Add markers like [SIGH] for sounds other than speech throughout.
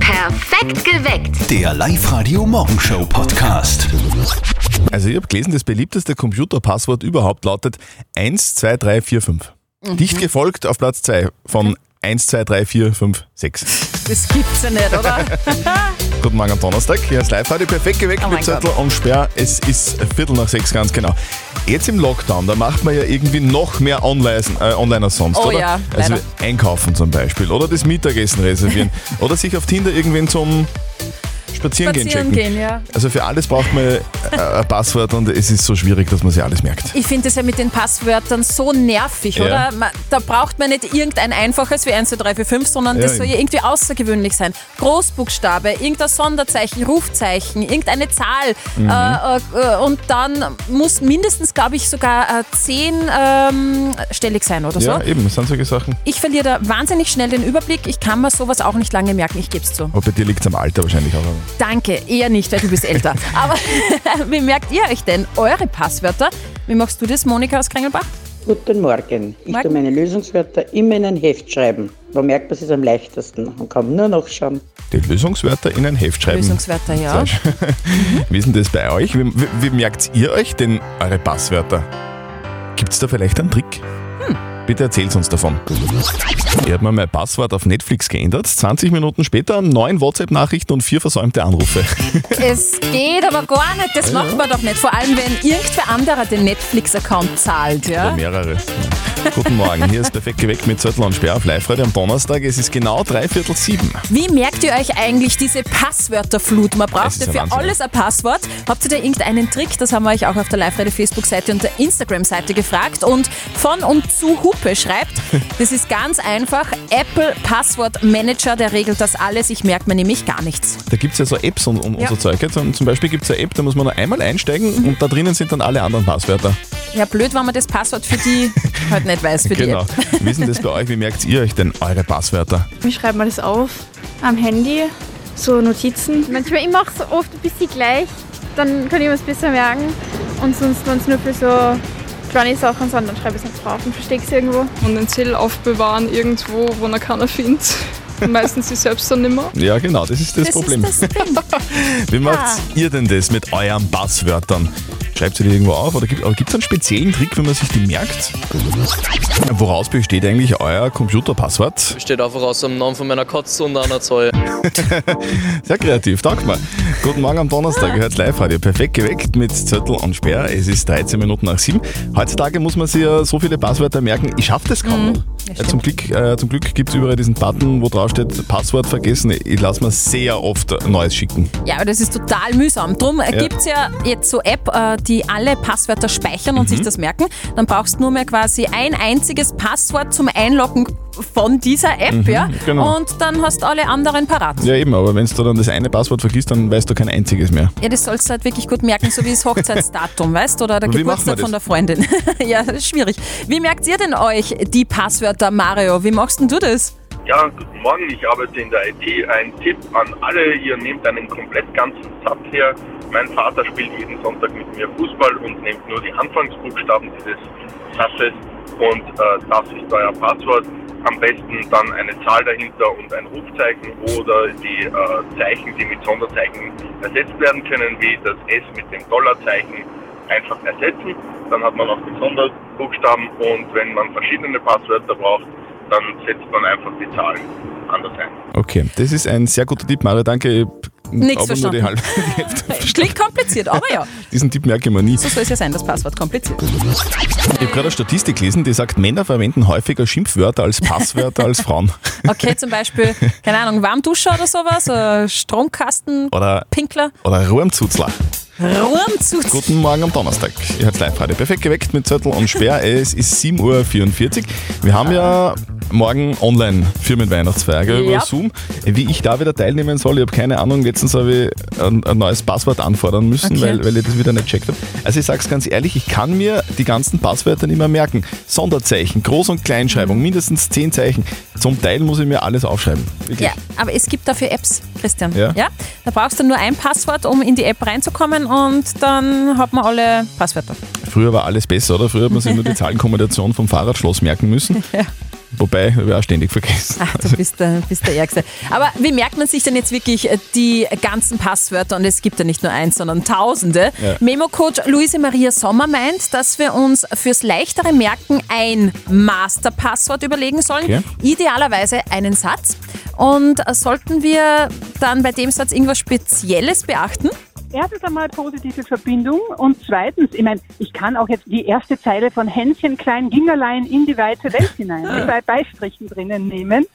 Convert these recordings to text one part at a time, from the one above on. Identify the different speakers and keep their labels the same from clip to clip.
Speaker 1: Perfekt geweckt.
Speaker 2: Der Live-Radio-Morgenshow-Podcast.
Speaker 3: Also ich habe gelesen, das beliebteste Computerpasswort überhaupt lautet 123456.
Speaker 4: Mhm.
Speaker 3: Dicht gefolgt auf Platz 2 von 123456.
Speaker 4: Das gibt's ja nicht,
Speaker 3: [LAUGHS]
Speaker 4: oder?
Speaker 3: Guten Morgen am Donnerstag. Hier ist live heute perfekt geweckt
Speaker 4: Oh mein
Speaker 3: mit Zettel und Sperr. Es ist Viertel nach sechs, ganz genau. Jetzt im Lockdown, da macht man ja irgendwie noch mehr online, äh, online als sonst,
Speaker 4: Oh
Speaker 3: oder?
Speaker 4: ja,
Speaker 3: also
Speaker 4: leider.
Speaker 3: einkaufen zum Beispiel oder das Mittagessen
Speaker 4: [LAUGHS]
Speaker 3: reservieren oder sich auf Tinder irgendwen zum Spazierengehen
Speaker 4: Spazieren
Speaker 3: checken.
Speaker 4: gehen, ja.
Speaker 3: Also für alles braucht man äh, ein Passwort und es ist so schwierig, dass man sich alles merkt.
Speaker 4: Ich finde das ja mit den Passwörtern so nervig,
Speaker 3: Ja.
Speaker 4: oder? Man, da braucht man nicht irgendein einfaches wie 1, 2, 3, 4, 5, sondern das
Speaker 3: Ja,
Speaker 4: soll
Speaker 3: eben.
Speaker 4: ja irgendwie außergewöhnlich sein. Großbuchstabe, irgendein Sonderzeichen, Rufzeichen, irgendeine Zahl.
Speaker 3: Mhm.
Speaker 4: Äh, äh, äh, und dann muss mindestens, glaube ich, sogar äh, 10 ähm, stellig sein oder so.
Speaker 3: Ja, eben, das sind solche Sachen.
Speaker 4: Ich verliere da wahnsinnig schnell den Überblick. Ich kann mir sowas auch nicht lange merken, ich gebe es zu.
Speaker 3: Aber bei dir liegt es am Alter wahrscheinlich auch.
Speaker 4: Danke, eher nicht, weil du bist [LAUGHS] älter. Aber wie merkt ihr euch denn eure Passwörter? Wie machst du das, Monika aus Kringelbach?
Speaker 5: Guten Morgen. Ich
Speaker 4: Morgen.
Speaker 5: tue meine Lösungswörter immer in ein Heft schreiben. Wo merkt man es ist am leichtesten und kann nur nachschauen.
Speaker 3: Die Lösungswörter in ein Heft schreiben.
Speaker 4: Lösungswörter, ja. Mhm.
Speaker 3: Sehr schön. [LAUGHS] Wie ist denn das bei euch? Wie, wie, wie merkt ihr euch denn eure Passwörter? Gibt es da vielleicht einen Trick?
Speaker 4: Hm.
Speaker 3: Bitte erzählt uns davon. Ich habe mir mein Passwort auf Netflix geändert. 20 Minuten später neun WhatsApp-Nachrichten und vier versäumte
Speaker 4: [LAUGHS]
Speaker 3: Anrufe.
Speaker 4: Es geht aber gar nicht, das macht man doch nicht. Vor allem, wenn irgendwer anderer den Netflix-Account zahlt,
Speaker 3: Oder
Speaker 4: ja.
Speaker 3: mehrere. Guten Morgen, hier ist perfekt geweckt mit Zettel und Sperr auf Live-Radio am Donnerstag. Es ist genau dreiviertel sieben.
Speaker 4: Wie merkt ihr euch eigentlich diese Passwörterflut? Man
Speaker 3: Es
Speaker 4: braucht
Speaker 3: ist
Speaker 4: ja
Speaker 3: ein
Speaker 4: für
Speaker 3: Wahnsinn,
Speaker 4: alles ein Passwort. Habt ihr da irgendeinen Trick? Das haben wir euch auch auf der Live-Radio-Facebook-Seite und der Instagram-Seite gefragt. Und von und zu Hupe [LAUGHS] schreibt, das ist ganz einfach. Apple Passwort Manager, der regelt das alles. Ich merke mir nämlich gar nichts.
Speaker 3: Da gibt es ja so Apps und, und,
Speaker 4: Ja.
Speaker 3: und so Zeug. Zum, zum Beispiel gibt es eine App, da muss man nur einmal einsteigen und da drinnen sind dann alle anderen Passwörter.
Speaker 4: Ja, blöd, wenn man das Passwort
Speaker 3: [LAUGHS]
Speaker 4: für die halt nicht weiß, für die
Speaker 3: genau.
Speaker 4: App.
Speaker 3: Wie ist denn das bei euch? Wie merkt ihr euch denn eure Passwörter?
Speaker 6: Wie schreibt man das auf? Am Handy? So Notizen?
Speaker 7: Manchmal, ich mache es oft ein bisschen gleich, dann kann ich mir es besser merken. Und sonst, wenn es nur für so kleine Sachen sind, dann schreibe ich es nicht drauf und verstecke es irgendwo.
Speaker 8: und den Zettel aufbewahren irgendwo, wo er keiner findet. [LAUGHS] Meistens ich selbst dann nicht mehr.
Speaker 3: Ja, genau, das ist das,
Speaker 4: Das
Speaker 3: Problem.
Speaker 4: ist das Ding.
Speaker 3: Wie macht ihr denn das mit euren Passwörtern? Schreibt ihr die irgendwo auf oder gibt es einen speziellen Trick, wenn man sich die merkt? Woraus besteht eigentlich euer Computerpasswort?
Speaker 9: Steht einfach aus dem Namen von meiner Katze und einer Zeug.
Speaker 3: Sehr kreativ, danke mal. Guten Morgen am Donnerstag, ihr hört Live-Radio. Perfekt geweckt mit Zettel und Sperr. Es ist 13 Minuten nach 7. Heutzutage muss man sich ja so viele Passwörter merken, ich schaffe das
Speaker 4: Mhm.
Speaker 3: kaum noch. Ja, zum Glück, äh, zum Glück gibt es überall diesen Button, wo drauf steht, Passwort vergessen. Ich lasse mir sehr oft Neues schicken.
Speaker 4: Ja, aber das ist total mühsam. Drum äh, gibt's gibt es ja jetzt so App, äh, die alle Passwörter speichern und
Speaker 3: Mhm.
Speaker 4: sich das merken. Dann brauchst du nur mehr quasi ein einziges Passwort zum Einloggen von dieser App, ja?
Speaker 3: genau.
Speaker 4: Und dann hast du alle anderen parat. Ja.
Speaker 3: Ja, eben, aber wenn du dann das eine Passwort vergisst, dann weißt du kein einziges mehr.
Speaker 4: das sollst du halt wirklich gut merken, so wie das Hochzeitsdatum, [LAUGHS] weißt du? Oder der
Speaker 3: Und wie
Speaker 4: Geburtstag
Speaker 3: macht man
Speaker 4: von der Freundin. [LAUGHS] ja, das ist schwierig. Wie merkt ihr denn euch die Passwörter, Mario? Wie machst denn du das?
Speaker 10: Ja, guten Morgen, ich arbeite in der IT. Ein Tipp an alle, ihr nehmt einen komplett ganzen Satz her. Mein Vater spielt jeden Sonntag mit mir Fußball und nehmt nur die Anfangsbuchstaben dieses Satzes und äh, das ist euer Passwort. Am besten dann eine Zahl dahinter und ein Rufzeichen oder die äh, Zeichen, die mit Sonderzeichen ersetzt werden können, wie das S mit dem Dollarzeichen einfach ersetzen. Dann hat man auch den Sonderbuchstaben und wenn man verschiedene Passwörter braucht, dann setzt man einfach die Zahlen anders ein.
Speaker 3: Okay, das ist ein sehr guter Tipp, Mario. Danke. Ich hab
Speaker 4: Nix
Speaker 3: aber nur die
Speaker 4: verstanden.
Speaker 3: halbe [LAUGHS] die Hälfte.
Speaker 4: Klingt kompliziert, aber ja.
Speaker 3: Diesen Tipp merke ich mir nie.
Speaker 4: So soll es ja sein, das Passwort kompliziert.
Speaker 3: Ich habe gerade eine Statistik gelesen, die sagt, Männer verwenden häufiger Schimpfwörter als Passwörter als Frauen.
Speaker 4: Okay, zum Beispiel, keine Ahnung, Warmduscher oder sowas, äh, Stromkasten,
Speaker 3: [LAUGHS] Oder,
Speaker 4: Pinkler,
Speaker 3: oder Ruhmzuzler.
Speaker 4: Ruhmzug.
Speaker 3: Guten Morgen am Donnerstag. Ihr hört live heute perfekt geweckt mit Zettel und
Speaker 4: [LAUGHS]
Speaker 3: Sperr. Es ist 7.44 Uhr. Wir haben ja morgen online Firmenweihnachtsfeier gell, über
Speaker 4: Ja.
Speaker 3: Zoom. Wie ich da wieder teilnehmen soll, ich habe keine Ahnung. Letztens habe ich ein, ein neues Passwort anfordern müssen,
Speaker 4: Okay.
Speaker 3: weil, weil ich das wieder nicht checkt habe. Also ich sage es ganz ehrlich, ich kann mir die ganzen Passwörter nicht mehr merken. Sonderzeichen, Groß- und
Speaker 4: Mhm.
Speaker 3: Kleinschreibung, mindestens 10 Zeichen. Zum Teil muss ich mir alles aufschreiben. Wirklich.
Speaker 4: Ja, aber es gibt dafür Apps, Christian.
Speaker 3: Ja?
Speaker 4: Da brauchst du nur ein Passwort, um in die App reinzukommen und dann hat man alle Passwörter.
Speaker 3: Früher war alles besser, oder? Früher hat man sich nur die Zahlenkombination vom Fahrradschloss merken müssen. Wobei, ich auch ständig vergessen.
Speaker 4: Ach, Ah, Also du bist der, bist der Ärgste. Aber wie merkt man sich denn jetzt wirklich äh, die ganzen Passwörter? Und es gibt ja nicht nur eins, sondern tausende.
Speaker 3: Ja.
Speaker 4: Memo-Coach Luise Maria Sommer meint, dass wir uns fürs leichtere Merken ein Masterpasswort überlegen sollen.
Speaker 3: Okay.
Speaker 4: Idealerweise einen Satz. Und äh, sollten wir dann bei dem Satz irgendwas Spezielles beachten?
Speaker 1: Erstens einmal positive Verbindung und zweitens, ich meine, ich kann auch jetzt die erste Zeile von Hänschen klein ging allein in die weite Welt hinein mit bei Beistrichen drinnen nehmen.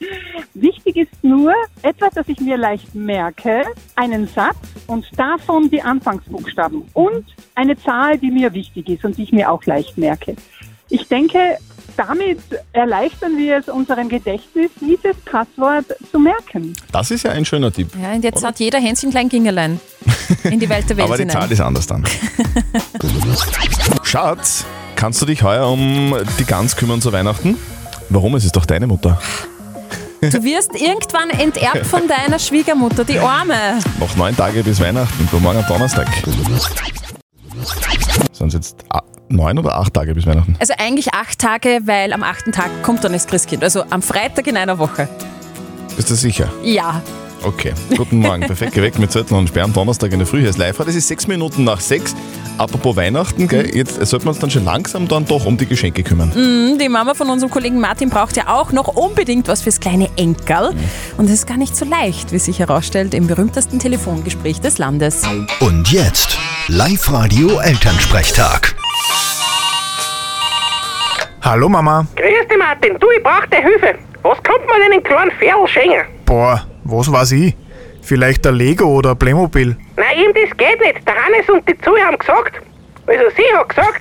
Speaker 1: Wichtig ist nur etwas, das ich mir leicht merke, einen Satz und davon die Anfangsbuchstaben und eine Zahl, die mir wichtig ist und die ich mir auch leicht merke. Ich denke, damit erleichtern wir es unserem Gedächtnis, dieses Passwort zu merken.
Speaker 3: Das ist ja ein schöner Tipp.
Speaker 4: Ja, und jetzt hat jeder Hänschen klein Gingerlein in die Welt der
Speaker 3: [LAUGHS]
Speaker 4: Welt
Speaker 3: Aber die
Speaker 4: hinein.
Speaker 3: Zahl ist anders dann. Schatz, kannst du dich heuer um die Gans kümmern zu Weihnachten? Warum? Es ist doch deine Mutter.
Speaker 4: Du wirst irgendwann enterbt von deiner Schwiegermutter, die Arme.
Speaker 3: Noch neun Tage bis Weihnachten. Du morgen am Donnerstag. Sind es jetzt a- neun oder acht Tage bis Weihnachten?
Speaker 4: Also eigentlich acht Tage, weil am achten Tag kommt dann das Christkind. Also am Freitag in einer Woche.
Speaker 3: Bist du sicher?
Speaker 4: Ja.
Speaker 3: Okay, guten Morgen. Perfekt geweckt mit Zettel und Sperr am Donnerstag in der Früh. Hier ist live Das ist sechs Minuten nach sechs. Apropos Weihnachten, gell? jetzt sollten wir uns dann schon langsam dann doch um die Geschenke kümmern.
Speaker 4: Und Hm, die Mama von unserem Kollegen Martin braucht ja auch noch unbedingt was fürs kleine Enkerl.
Speaker 11: Mhm.
Speaker 4: Und das ist gar nicht so leicht, wie sich herausstellt im berühmtesten Telefongespräch des Landes.
Speaker 2: Und jetzt Live-Radio Elternsprechtag.
Speaker 12: Hallo Mama.
Speaker 1: Grüß dich, Martin. Du, ich brauche deine Hilfe. Was kommt man denn in kleinen Ferl schenken?
Speaker 12: Boah, was weiß ich? Vielleicht ein Lego oder ein Playmobil.
Speaker 1: Nein, ihm das geht nicht. Der Hannes und die Zoe haben gesagt, also sie
Speaker 12: [LAUGHS]
Speaker 1: hat gesagt,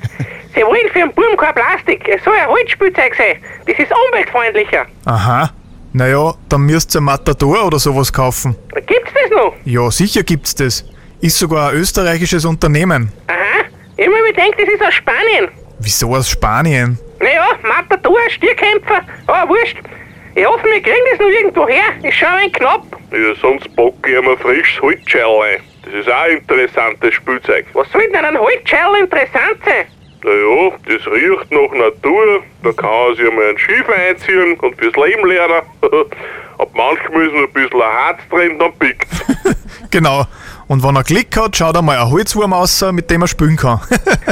Speaker 1: sie wollen für den Buben kein Plastik. Es soll ein Holzspielzeug sein. Das ist umweltfreundlicher.
Speaker 12: Aha. Naja, dann müsst ihr Matador oder sowas kaufen.
Speaker 1: Gibt's das noch?
Speaker 12: Ja, sicher gibt's das. Ist sogar ein österreichisches Unternehmen.
Speaker 1: Aha. Ich hab mir gedacht, das ist aus Spanien.
Speaker 12: Wieso aus Spanien?
Speaker 1: Naja, Matador, Stierkämpfer, aber Ah, wurscht. Ich hoffe, wir kriegen das noch irgendwo her. Ist schon ein wenig knapp.
Speaker 10: Ja, sonst packe ich mir frisches Holzschell ein. Das ist auch ein interessantes Spielzeug.
Speaker 1: Was soll denn ein Holzschall interessant sein?
Speaker 10: Naja, das riecht nach Natur. Da kann man sich einmal einen Schiefer einziehen und fürs Leben lernen. [LAUGHS] Ab manchmal ist noch ein bisschen ein Harz drin, dann pickt's.
Speaker 12: Genau. Und wenn er Glück hat, schaut einmal ein Holzwurm aus, mit dem er spülen kann.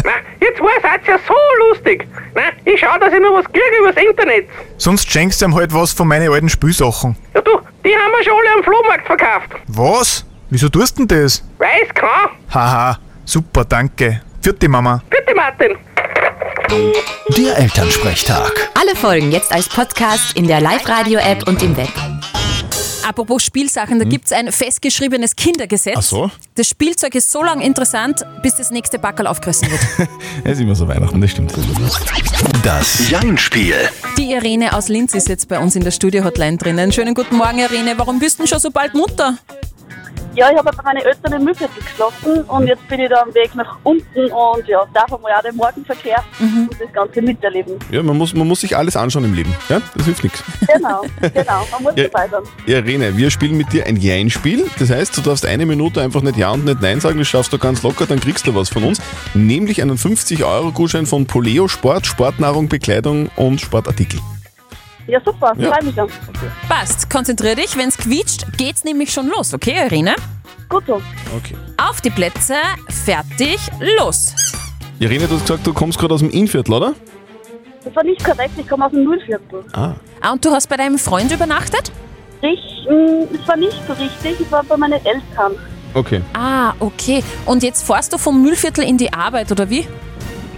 Speaker 1: Na, ihr zwei seid ja so lustig. Na, ich schau, dass ich noch was kriege übers Internet.
Speaker 12: Sonst schenkst du ihm halt was von meinen alten Spülsachen.
Speaker 1: Ja du, die haben wir schon alle am Flohmarkt verkauft.
Speaker 12: Was? Wieso tust du denn das?
Speaker 1: Weiß kann.
Speaker 12: Haha, super, danke. Vierte Mama.
Speaker 1: Bitte Martin.
Speaker 2: Der Elternsprechtag.
Speaker 11: Alle Folgen jetzt als Podcast in der Live-Radio-App und im Web. Mhm.
Speaker 4: Apropos Spielsachen, da gibt's ein festgeschriebenes Kindergesetz.
Speaker 3: Ach so.
Speaker 4: Das Spielzeug ist so lang interessant, bis das nächste Backerl aufgerissen wird.
Speaker 3: Es ist immer so Weihnachten, das stimmt.
Speaker 2: Das Jein-Spiel.
Speaker 4: Die Irene aus Linz ist jetzt bei uns in der Studio-Hotline drinnen. Schönen guten Morgen, Irene. Warum bist du denn schon so bald Mutter?
Speaker 1: Ja, ich habe bei meinen Eltern in Mühlviertel geschlafen und jetzt bin ich da am Weg nach unten und ja, darf einmal auch den Morgenverkehr und das Ganze miterleben.
Speaker 3: Ja, man muss, man muss sich alles anschauen im Leben. Ja, das hilft nichts.
Speaker 1: Genau, genau, man muss
Speaker 3: Ja.
Speaker 1: dabei sein.
Speaker 3: Irene, wir spielen mit dir ein Jein-Spiel. Das heißt, du darfst eine Minute einfach nicht Ja und nicht Nein sagen. Das schaffst du ganz locker, dann kriegst du was von uns. Nämlich einen 50-Euro-Gutschein von Poleo Sport, Sportnahrung, Bekleidung und Sportartikel.
Speaker 1: Ja, super,
Speaker 3: Ja.
Speaker 1: freue mich dann.
Speaker 4: Passt, konzentrier dich. Wenn's quietscht, geht's nämlich schon los, okay, Irene?
Speaker 1: Gut so.
Speaker 3: Okay.
Speaker 4: Auf die Plätze, fertig, los.
Speaker 3: Irene, du hast gesagt, du kommst gerade aus dem Innviertel, oder?
Speaker 1: Das war nicht korrekt, ich komme aus dem Mühlviertel.
Speaker 3: Ah.
Speaker 4: Ah, Und du hast bei deinem Freund übernachtet?
Speaker 1: Ich, mh, es war nicht so richtig, ich war bei meinen Eltern.
Speaker 3: Okay.
Speaker 4: Ah, okay. Und jetzt fährst du vom Müllviertel in die Arbeit, oder wie?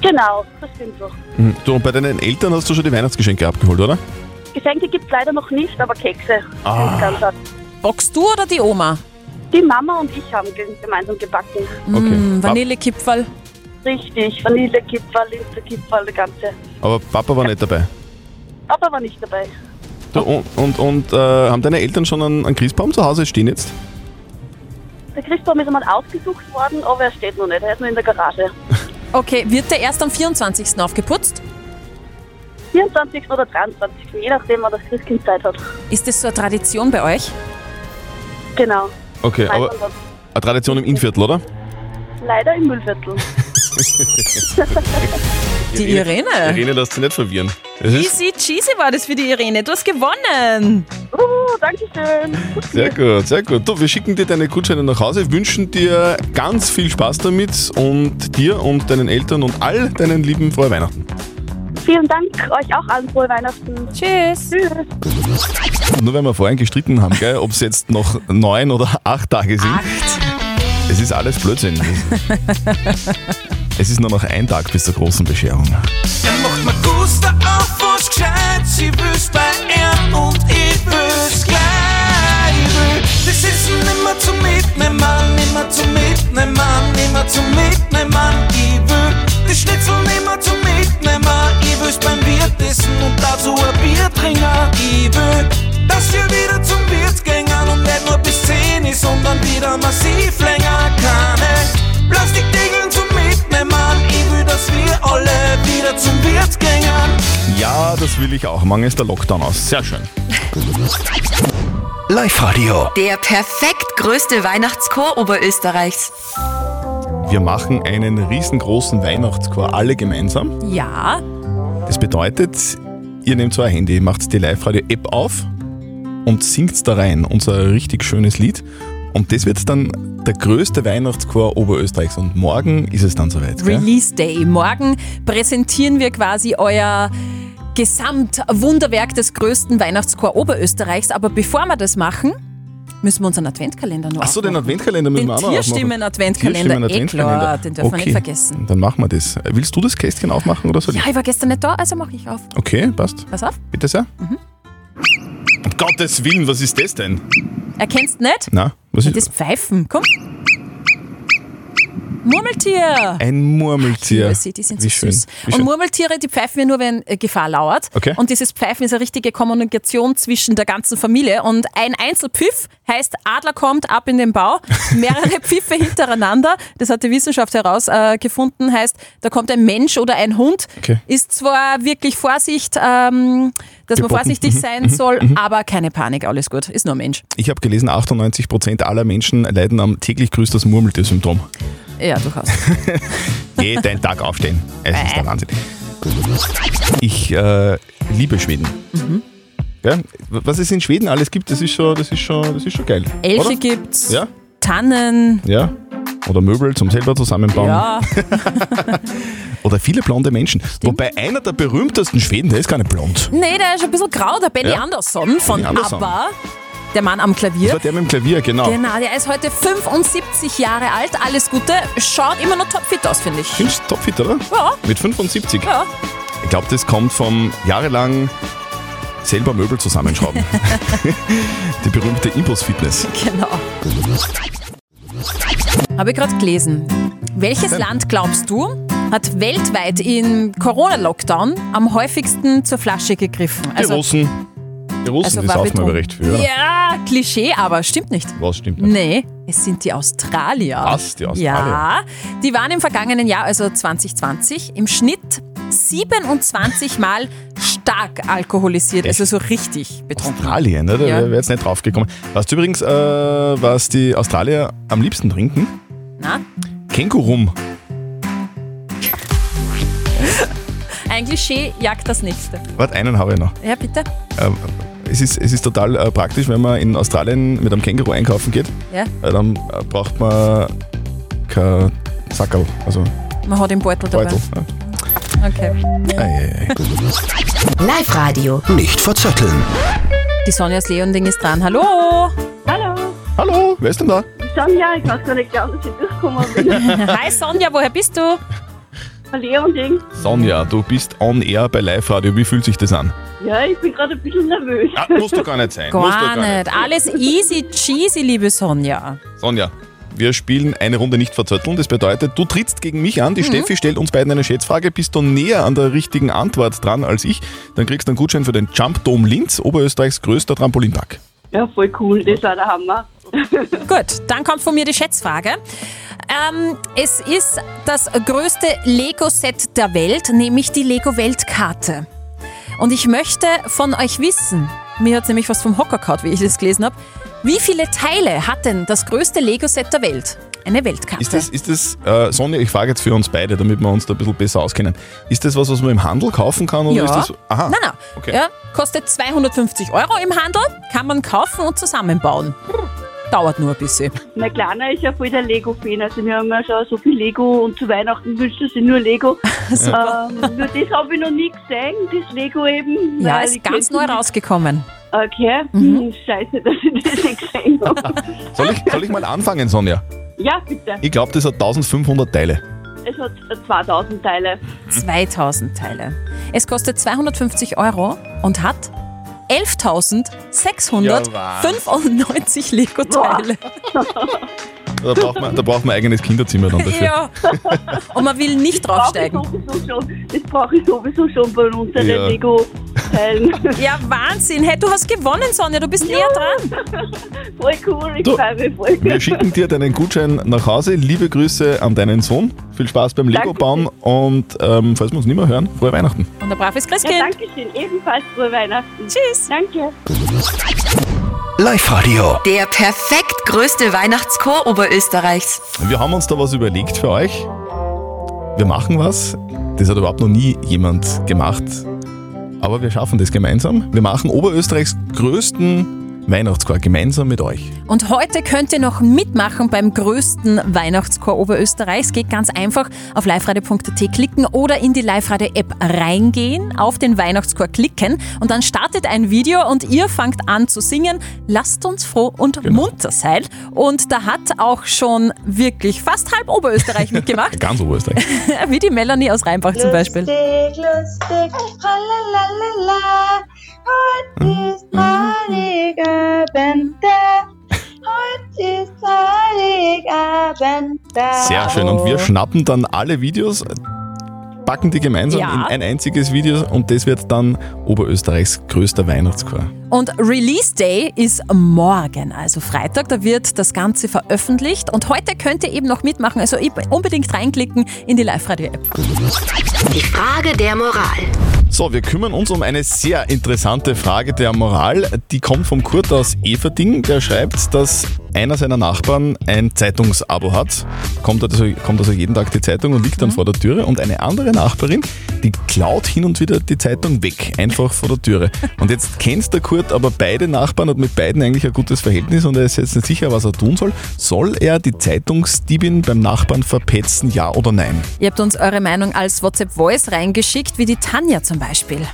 Speaker 1: Genau, das stimmt so.
Speaker 3: Mhm. Du, und bei deinen Eltern hast du schon die Weihnachtsgeschenke abgeholt, oder?
Speaker 1: Geschenke gibt es leider noch nicht, aber Kekse. Ah. Ganz hart.
Speaker 4: Bockst du oder die Oma?
Speaker 1: die Mama und ich haben ge- gemeinsam gebacken.
Speaker 3: Okay.
Speaker 4: Hm,
Speaker 3: Pap-
Speaker 4: Vanillekipferl.
Speaker 1: Richtig, Vanillekipferl, Linzekipferl, der ganze.
Speaker 3: aber Papa war nicht dabei.
Speaker 1: Papa war nicht dabei.
Speaker 3: Du, und und, und äh, haben deine Eltern schon einen, einen Christbaum zu Hause stehen jetzt?
Speaker 1: Der Christbaum ist einmal ausgesucht worden, aber er steht noch nicht. Er ist nur in der Garage.
Speaker 4: Okay, wird der erst am 24. aufgeputzt?
Speaker 1: 24. oder 23. Je nachdem, wann das Christkind Zeit hat.
Speaker 4: Ist das so eine Tradition bei euch?
Speaker 1: Genau.
Speaker 3: Okay,
Speaker 1: Weiß
Speaker 3: aber
Speaker 1: man das.
Speaker 3: eine Tradition im Innviertel, oder?
Speaker 1: Leider im Müllviertel.
Speaker 4: Die Irene.
Speaker 3: Irene, lass dich nicht verwirren. Es ist
Speaker 4: Easy cheesy war das für die Irene. Du hast gewonnen.
Speaker 13: Oh, danke schön.
Speaker 3: sehr gut, sehr gut. Du, wir schicken dir deine Gutscheine nach Hause, wünschen dir ganz viel Spaß damit und dir und deinen Eltern und all deinen Lieben frohe Weihnachten.
Speaker 13: Vielen Dank euch auch allen frohe Weihnachten.
Speaker 4: Tschüss.
Speaker 13: Tschüss.
Speaker 3: Nur weil wir vorhin gestritten haben, gell, ob es jetzt noch neun oder [LAUGHS] acht Tage sind. Es ist alles Blödsinn. [LAUGHS] es ist nur noch ein Tag bis zur großen Bescherung.
Speaker 14: Dann macht man Guster auf was gescheit. Sie will's bei ihm und ich will's gleich. Wir sitzen nimmer zum Mitnehmen, nimmer zum Mitnehmen, nimmer zum Mitnehmen. Ich will die Schnitzel nimmer zum Mitnehmen. Ich will's beim Wirt essen und dazu ein Bier trinken. Ich will, dass wir wieder zum Wirt gehen und nicht nur bis 10 ist, sondern wieder massiv länger. Keine Plastikdeckeln zum Mitnehmen. Ich will, dass wir alle wieder zum Wirt gehen.
Speaker 3: Ja, das will ich auch. Morgen ist der Lockdown aus. Sehr schön.
Speaker 2: Live-Radio.
Speaker 11: Der perfekt größte Weihnachtschor Oberösterreichs.
Speaker 3: Wir machen einen riesengroßen Weihnachtschor, alle gemeinsam.
Speaker 4: Ja.
Speaker 3: Das bedeutet, ihr nehmt euer Handy, macht die Live-Radio-App auf und singt da rein. Unser richtig schönes Lied. Und das wird dann der größte Weihnachtschor Oberösterreichs. Und morgen ist es dann soweit. Gell?
Speaker 4: Release Day. Morgen präsentieren wir quasi euer Gesamtwunderwerk des größten Weihnachtschor Oberösterreichs. Aber bevor wir das machen, müssen wir unseren Adventkalender noch
Speaker 3: Achso, den Adventkalender müssen wir auch noch aufmachen. Tierstimmen-
Speaker 4: Tierstimmen-Adventkalender, eh klar,
Speaker 3: Adventkalender.
Speaker 4: den dürfen wir nicht
Speaker 3: Okay,
Speaker 4: vergessen.
Speaker 3: Dann machen wir das. Willst du das Kästchen aufmachen oder soll ich?
Speaker 4: Ja, ich war gestern nicht da, also mache ich auf.
Speaker 3: Okay, passt.
Speaker 4: Pass auf.
Speaker 3: Bitte sehr. Um Gottes Willen, was ist das denn?
Speaker 4: Erkennst nicht?
Speaker 3: Na, was
Speaker 4: Ja,
Speaker 3: ist
Speaker 4: das Pfeifen, komm. Murmeltier!
Speaker 3: Ein Murmeltier.
Speaker 4: liebe sie, die sind
Speaker 3: Wie
Speaker 4: so
Speaker 3: schön.
Speaker 4: süß.
Speaker 3: Wie
Speaker 4: Und
Speaker 3: schön.
Speaker 4: Murmeltiere, die pfeifen wir nur, wenn äh, Gefahr lauert.
Speaker 3: Okay.
Speaker 4: Und dieses Pfeifen ist eine richtige Kommunikation zwischen der ganzen Familie. Und ein Einzelpfiff heißt, Adler kommt ab in
Speaker 3: [LAUGHS]
Speaker 4: den Bau. Mehrere Pfiffe hintereinander, das hat die Wissenschaft herausgefunden, äh, gefunden, heißt, da kommt ein Mensch oder ein Hund.
Speaker 3: Okay.
Speaker 4: Ist zwar wirklich Vorsicht, ähm, dass
Speaker 3: Geboten.
Speaker 4: man vorsichtig
Speaker 3: Mhm,
Speaker 4: sein
Speaker 3: mhm,
Speaker 4: soll,
Speaker 3: mhm.
Speaker 4: aber keine Panik, alles gut. Ist nur ein Mensch.
Speaker 3: Ich habe gelesen, 98% aller Menschen leiden am täglich grüßt das Murmeltier-Syndrom.
Speaker 4: Ja,
Speaker 3: [LAUGHS]
Speaker 4: durchaus.
Speaker 3: Jeden Tag aufstehen. Es
Speaker 4: Äh.
Speaker 3: ist der Wahnsinn. Ich äh, liebe Schweden.
Speaker 4: Mhm.
Speaker 3: Ja, was es in Schweden alles gibt, das ist schon, das ist schon, das ist schon geil.
Speaker 4: Elche
Speaker 3: oder?
Speaker 4: gibt's,
Speaker 3: Ja,
Speaker 4: Tannen,
Speaker 3: ja. Oder Möbel zum selber zusammenbauen.
Speaker 4: ja.
Speaker 3: Oder viele blonde Menschen. Wobei einer der berühmtesten Schweden, der ist gar nicht blond.
Speaker 4: Nee, der ist ein bisschen grau, der Benny
Speaker 3: Ja.
Speaker 4: Andersson von
Speaker 3: Benny Andersson.
Speaker 4: ABBA, der Mann am
Speaker 3: Das
Speaker 4: Klavier.
Speaker 3: war der mit dem Klavier, genau.
Speaker 4: Genau, der ist heute 75 Jahre alt, alles Gute, schaut immer noch topfit aus, finde ich.
Speaker 3: Findest du topfit, oder?
Speaker 4: Ja.
Speaker 3: Mit 75.
Speaker 4: Ja.
Speaker 3: Ich glaube, das kommt vom jahrelang selber Möbel
Speaker 4: [LAUGHS]
Speaker 3: zusammenschrauben. Die berühmte Impulsfitness.
Speaker 4: Genau. Habe ich gerade gelesen. Welches Land, glaubst du, hat weltweit im Corona-Lockdown am häufigsten zur Flasche gegriffen? Also,
Speaker 3: Die Russen. Die Russen, die
Speaker 4: war
Speaker 3: saufen
Speaker 4: betrunken.
Speaker 3: aber recht viel. Ja.
Speaker 4: Ja, Klischee, aber stimmt nicht.
Speaker 3: Was stimmt nicht?
Speaker 4: Nee, es sind die Australier.
Speaker 3: Was? Die Australier?
Speaker 4: Ja, die waren im vergangenen Jahr, also 2020, im Schnitt 27 Mal stark alkoholisiert, also so richtig betrunken.
Speaker 3: Australien, ne? da
Speaker 4: Ja.
Speaker 3: wäre jetzt nicht drauf gekommen. Weißt du übrigens, äh, was die Australier am liebsten trinken?
Speaker 4: Na?
Speaker 3: Kängurum.
Speaker 4: Ein Klischee jagt das nächste.
Speaker 3: Warte, einen habe ich noch.
Speaker 4: Ja, bitte?
Speaker 3: Ähm, es, ist, es ist total äh, praktisch, wenn man in Australien mit einem Känguru einkaufen geht,
Speaker 4: Ja,
Speaker 3: äh, dann äh, braucht man kein Sackerl, also
Speaker 4: man hat den Beutel dabei.
Speaker 3: Beutel. Ja.
Speaker 4: Okay.
Speaker 11: Live Radio.
Speaker 2: Nicht verzetteln.
Speaker 4: Die Sonja aus Leonding ist dran. Hallo!
Speaker 13: Hallo.
Speaker 3: Hallo, wer ist denn da?
Speaker 13: Sonja, ich kann gar nicht glauben, dass ich durchgekommen bin.
Speaker 4: Hi Sonja, woher bist du?
Speaker 13: Hallo und Ding.
Speaker 3: Sonja, du bist on air bei Live Radio. Wie fühlt sich das an?
Speaker 13: Ja, ich bin gerade ein bisschen nervös.
Speaker 3: Ah, musst du gar nicht sein. musst du
Speaker 4: Gar nicht. Alles easy cheesy, liebe Sonja.
Speaker 3: Sonja, wir spielen eine Runde nicht verzötteln. Das bedeutet, du trittst gegen mich an. Die
Speaker 4: Mhm.
Speaker 3: Steffi stellt uns beiden eine Schätzfrage. Bist du näher an der richtigen Antwort dran als ich, dann kriegst du einen Gutschein für den Jump Dome Linz, Oberösterreichs größter Trampolinpark.
Speaker 13: Ja, voll cool, das war der Hammer.
Speaker 4: Gut, dann kommt von mir die Schätzfrage. Ähm, es ist das größte Lego-Set der Welt, nämlich die Lego-Weltkarte. Und ich möchte von euch wissen, mir hat nämlich was vom Hocker gehauen, wie ich das gelesen habe, Wie viele Teile hat denn das größte Lego-Set der Welt? Eine Weltkarte.
Speaker 3: Ist das, ist das äh, Sonja, ich frage jetzt für uns beide, damit wir uns da ein bisschen besser auskennen. Ist das was, was man im Handel kaufen kann? Oder
Speaker 4: ja.
Speaker 3: ist das, aha,
Speaker 4: Nein, nein.
Speaker 3: Okay.
Speaker 4: Ja, kostet 250 Euro im Handel, kann man kaufen und zusammenbauen. Dauert nur ein bisschen.
Speaker 13: Mein Kleiner ist ja voll der Lego-Fan. Also, wir haben ja schon so viel Lego und zu Weihnachten wünscht er sich
Speaker 6: [LAUGHS]
Speaker 13: nur Lego.
Speaker 4: Super.
Speaker 13: ähm, nur das habe ich noch nie gesehen, das Lego eben.
Speaker 4: Ja,
Speaker 13: Weil
Speaker 4: ist
Speaker 13: ich
Speaker 4: ganz neu
Speaker 13: könnte-
Speaker 4: rausgekommen.
Speaker 13: Okay,
Speaker 6: Mhm.
Speaker 13: Hm, scheiße, dass ich das nicht gesehen
Speaker 6: [LAUGHS]
Speaker 13: habe.
Speaker 3: Soll, ich, soll ich mal anfangen, Sonja?
Speaker 13: ja, bitte.
Speaker 3: Ich glaube, das hat 1500 Teile.
Speaker 13: Es hat 2000 Teile.
Speaker 4: 2000 Teile. Es kostet 250 Euro und hat 11.695 Lego-Teile.
Speaker 3: Da braucht man, da braucht man ein eigenes Kinderzimmer dann dafür.
Speaker 4: [LAUGHS] Ja. Und man will nicht draufsteigen.
Speaker 13: Das brauche ich sowieso schon bei unseren
Speaker 3: Ja.
Speaker 13: Lego-Teilen. [LAUGHS]
Speaker 4: Ja, Wahnsinn. Hey, du hast gewonnen, Sonja. Du bist näher dran.
Speaker 13: Voll cool, ich
Speaker 3: Du,
Speaker 13: freue mich voll.
Speaker 3: Wir schicken dir deinen Gutschein nach Hause. Liebe Grüße an deinen Sohn. Viel Spaß beim
Speaker 13: Danke.
Speaker 3: Lego-Bauen und ähm, falls wir uns nicht mehr hören, frohe Weihnachten.
Speaker 4: Und ein braves Christkind.
Speaker 13: Ja, Dankeschön, ebenfalls frohe Weihnachten.
Speaker 4: Tschüss.
Speaker 13: Danke.
Speaker 2: Live-Radio.
Speaker 11: Der perfekt größte Weihnachtschor Oberösterreichs.
Speaker 3: Wir haben uns da was überlegt für euch. Wir machen was. Das hat überhaupt noch nie jemand gemacht. Aber wir schaffen das gemeinsam. Wir machen Oberösterreichs größten Weihnachtschor gemeinsam mit euch.
Speaker 4: Und heute könnt ihr noch mitmachen beim größten Weihnachtschor Oberösterreichs. Geht ganz einfach auf liveradio.at klicken oder in die Live-Radio-App reingehen, auf den Weihnachtschor klicken und dann startet ein Video und ihr fangt an zu singen. Lasst uns froh und munter sein. Und da hat auch schon wirklich fast halb Oberösterreich mitgemacht, [LAUGHS]
Speaker 3: Ganz Oberösterreich.
Speaker 4: wie die Melanie aus Rheinbach zum Beispiel.
Speaker 15: Lustig, lustig, halalalala. Heute ist Heiligabend da. Heute ist Heiligabend da.
Speaker 3: Sehr schön. Und wir schnappen dann alle Videos, packen die gemeinsam
Speaker 4: Ja.
Speaker 3: in ein einziges Video und das wird dann Oberösterreichs größter Weihnachtschor.
Speaker 4: Und Release Day ist morgen, also Freitag. Da wird das Ganze veröffentlicht. Und heute könnt ihr eben noch mitmachen. Also unbedingt reinklicken in die Live-Radio-App.
Speaker 11: Die Frage der Moral.
Speaker 3: So, wir kümmern uns um eine sehr interessante Frage der Moral. Die kommt vom Kurt aus Everding. Der schreibt, dass einer seiner Nachbarn ein Zeitungsabo hat. Kommt also, kommt also jeden Tag die Zeitung und liegt dann vor der Türe. Und eine andere Nachbarin, die klaut hin und wieder die Zeitung weg, einfach vor der Türe. Und jetzt kennt der Kurt aber beide Nachbarn und mit beiden eigentlich ein gutes Verhältnis und er ist jetzt nicht sicher, was er tun soll. Soll er die Zeitungsdiebin beim Nachbarn verpetzen, ja oder nein?
Speaker 4: Ihr habt uns eure Meinung als WhatsApp-Voice reingeschickt, wie die Tanja zum Beispiel.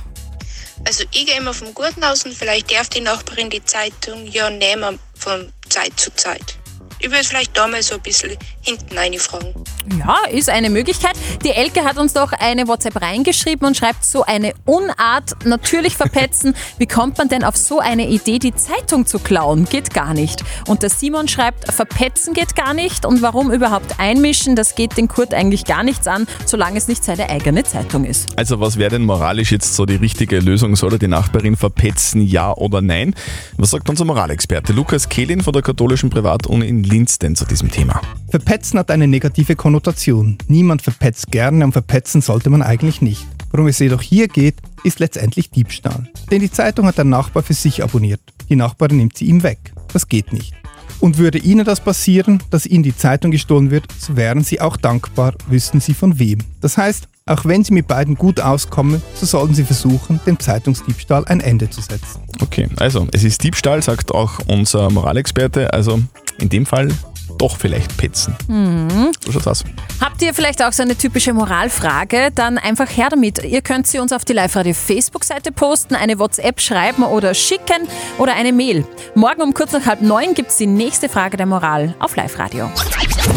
Speaker 16: Also ich gehe immer vom Guten aus und vielleicht darf die Nachbarin die Zeitung ja nehmen von Zeit zu Zeit. Ich würde vielleicht da mal so ein bisschen hinten reinfragen.
Speaker 4: Ja, ist eine Möglichkeit. Die Elke hat uns doch eine WhatsApp reingeschrieben und schreibt so eine Unart, natürlich verpetzen. Wie kommt man denn auf so eine Idee, die Zeitung zu klauen? Geht gar nicht. Und der Simon schreibt, verpetzen geht gar nicht und warum überhaupt einmischen, das geht den Kurt eigentlich gar nichts an, solange es nicht seine eigene Zeitung ist.
Speaker 3: Also was wäre denn moralisch jetzt so die richtige Lösung? Soll er die Nachbarin verpetzen, ja oder nein? Was sagt unser Moralexperte Lukas Kehlin von der katholischen Privatuni in Linz denn zu diesem Thema?
Speaker 17: Verpetzen hat eine negative Konnotation. Niemand verpetzt gerne und verpetzen sollte man eigentlich nicht. Worum es jedoch hier geht, ist letztendlich Diebstahl. Denn die Zeitung hat der Nachbar für sich abonniert. Die Nachbarin nimmt sie ihm weg. Das geht nicht. Und würde Ihnen das passieren, dass Ihnen die Zeitung gestohlen wird, so wären Sie auch dankbar, wüssten Sie von wem. Das heißt, auch wenn Sie mit beiden gut auskommen, so sollten Sie versuchen, dem Zeitungsdiebstahl ein Ende zu setzen.
Speaker 3: Okay, also es ist Diebstahl, sagt auch unser Moralexperte. Also in dem Fall doch vielleicht petzen.
Speaker 4: Mhm.
Speaker 3: So schaut's aus.
Speaker 4: Habt ihr vielleicht auch so eine typische Moralfrage? Dann einfach her damit. Ihr könnt sie uns auf die Live-Radio Facebook-Seite posten, eine WhatsApp schreiben oder schicken oder eine Mail. Morgen um kurz nach halb neun gibt's die nächste Frage der Moral auf Live-Radio.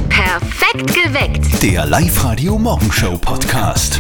Speaker 11: Perfekt geweckt.
Speaker 2: Der Live-Radio Morgenshow Podcast.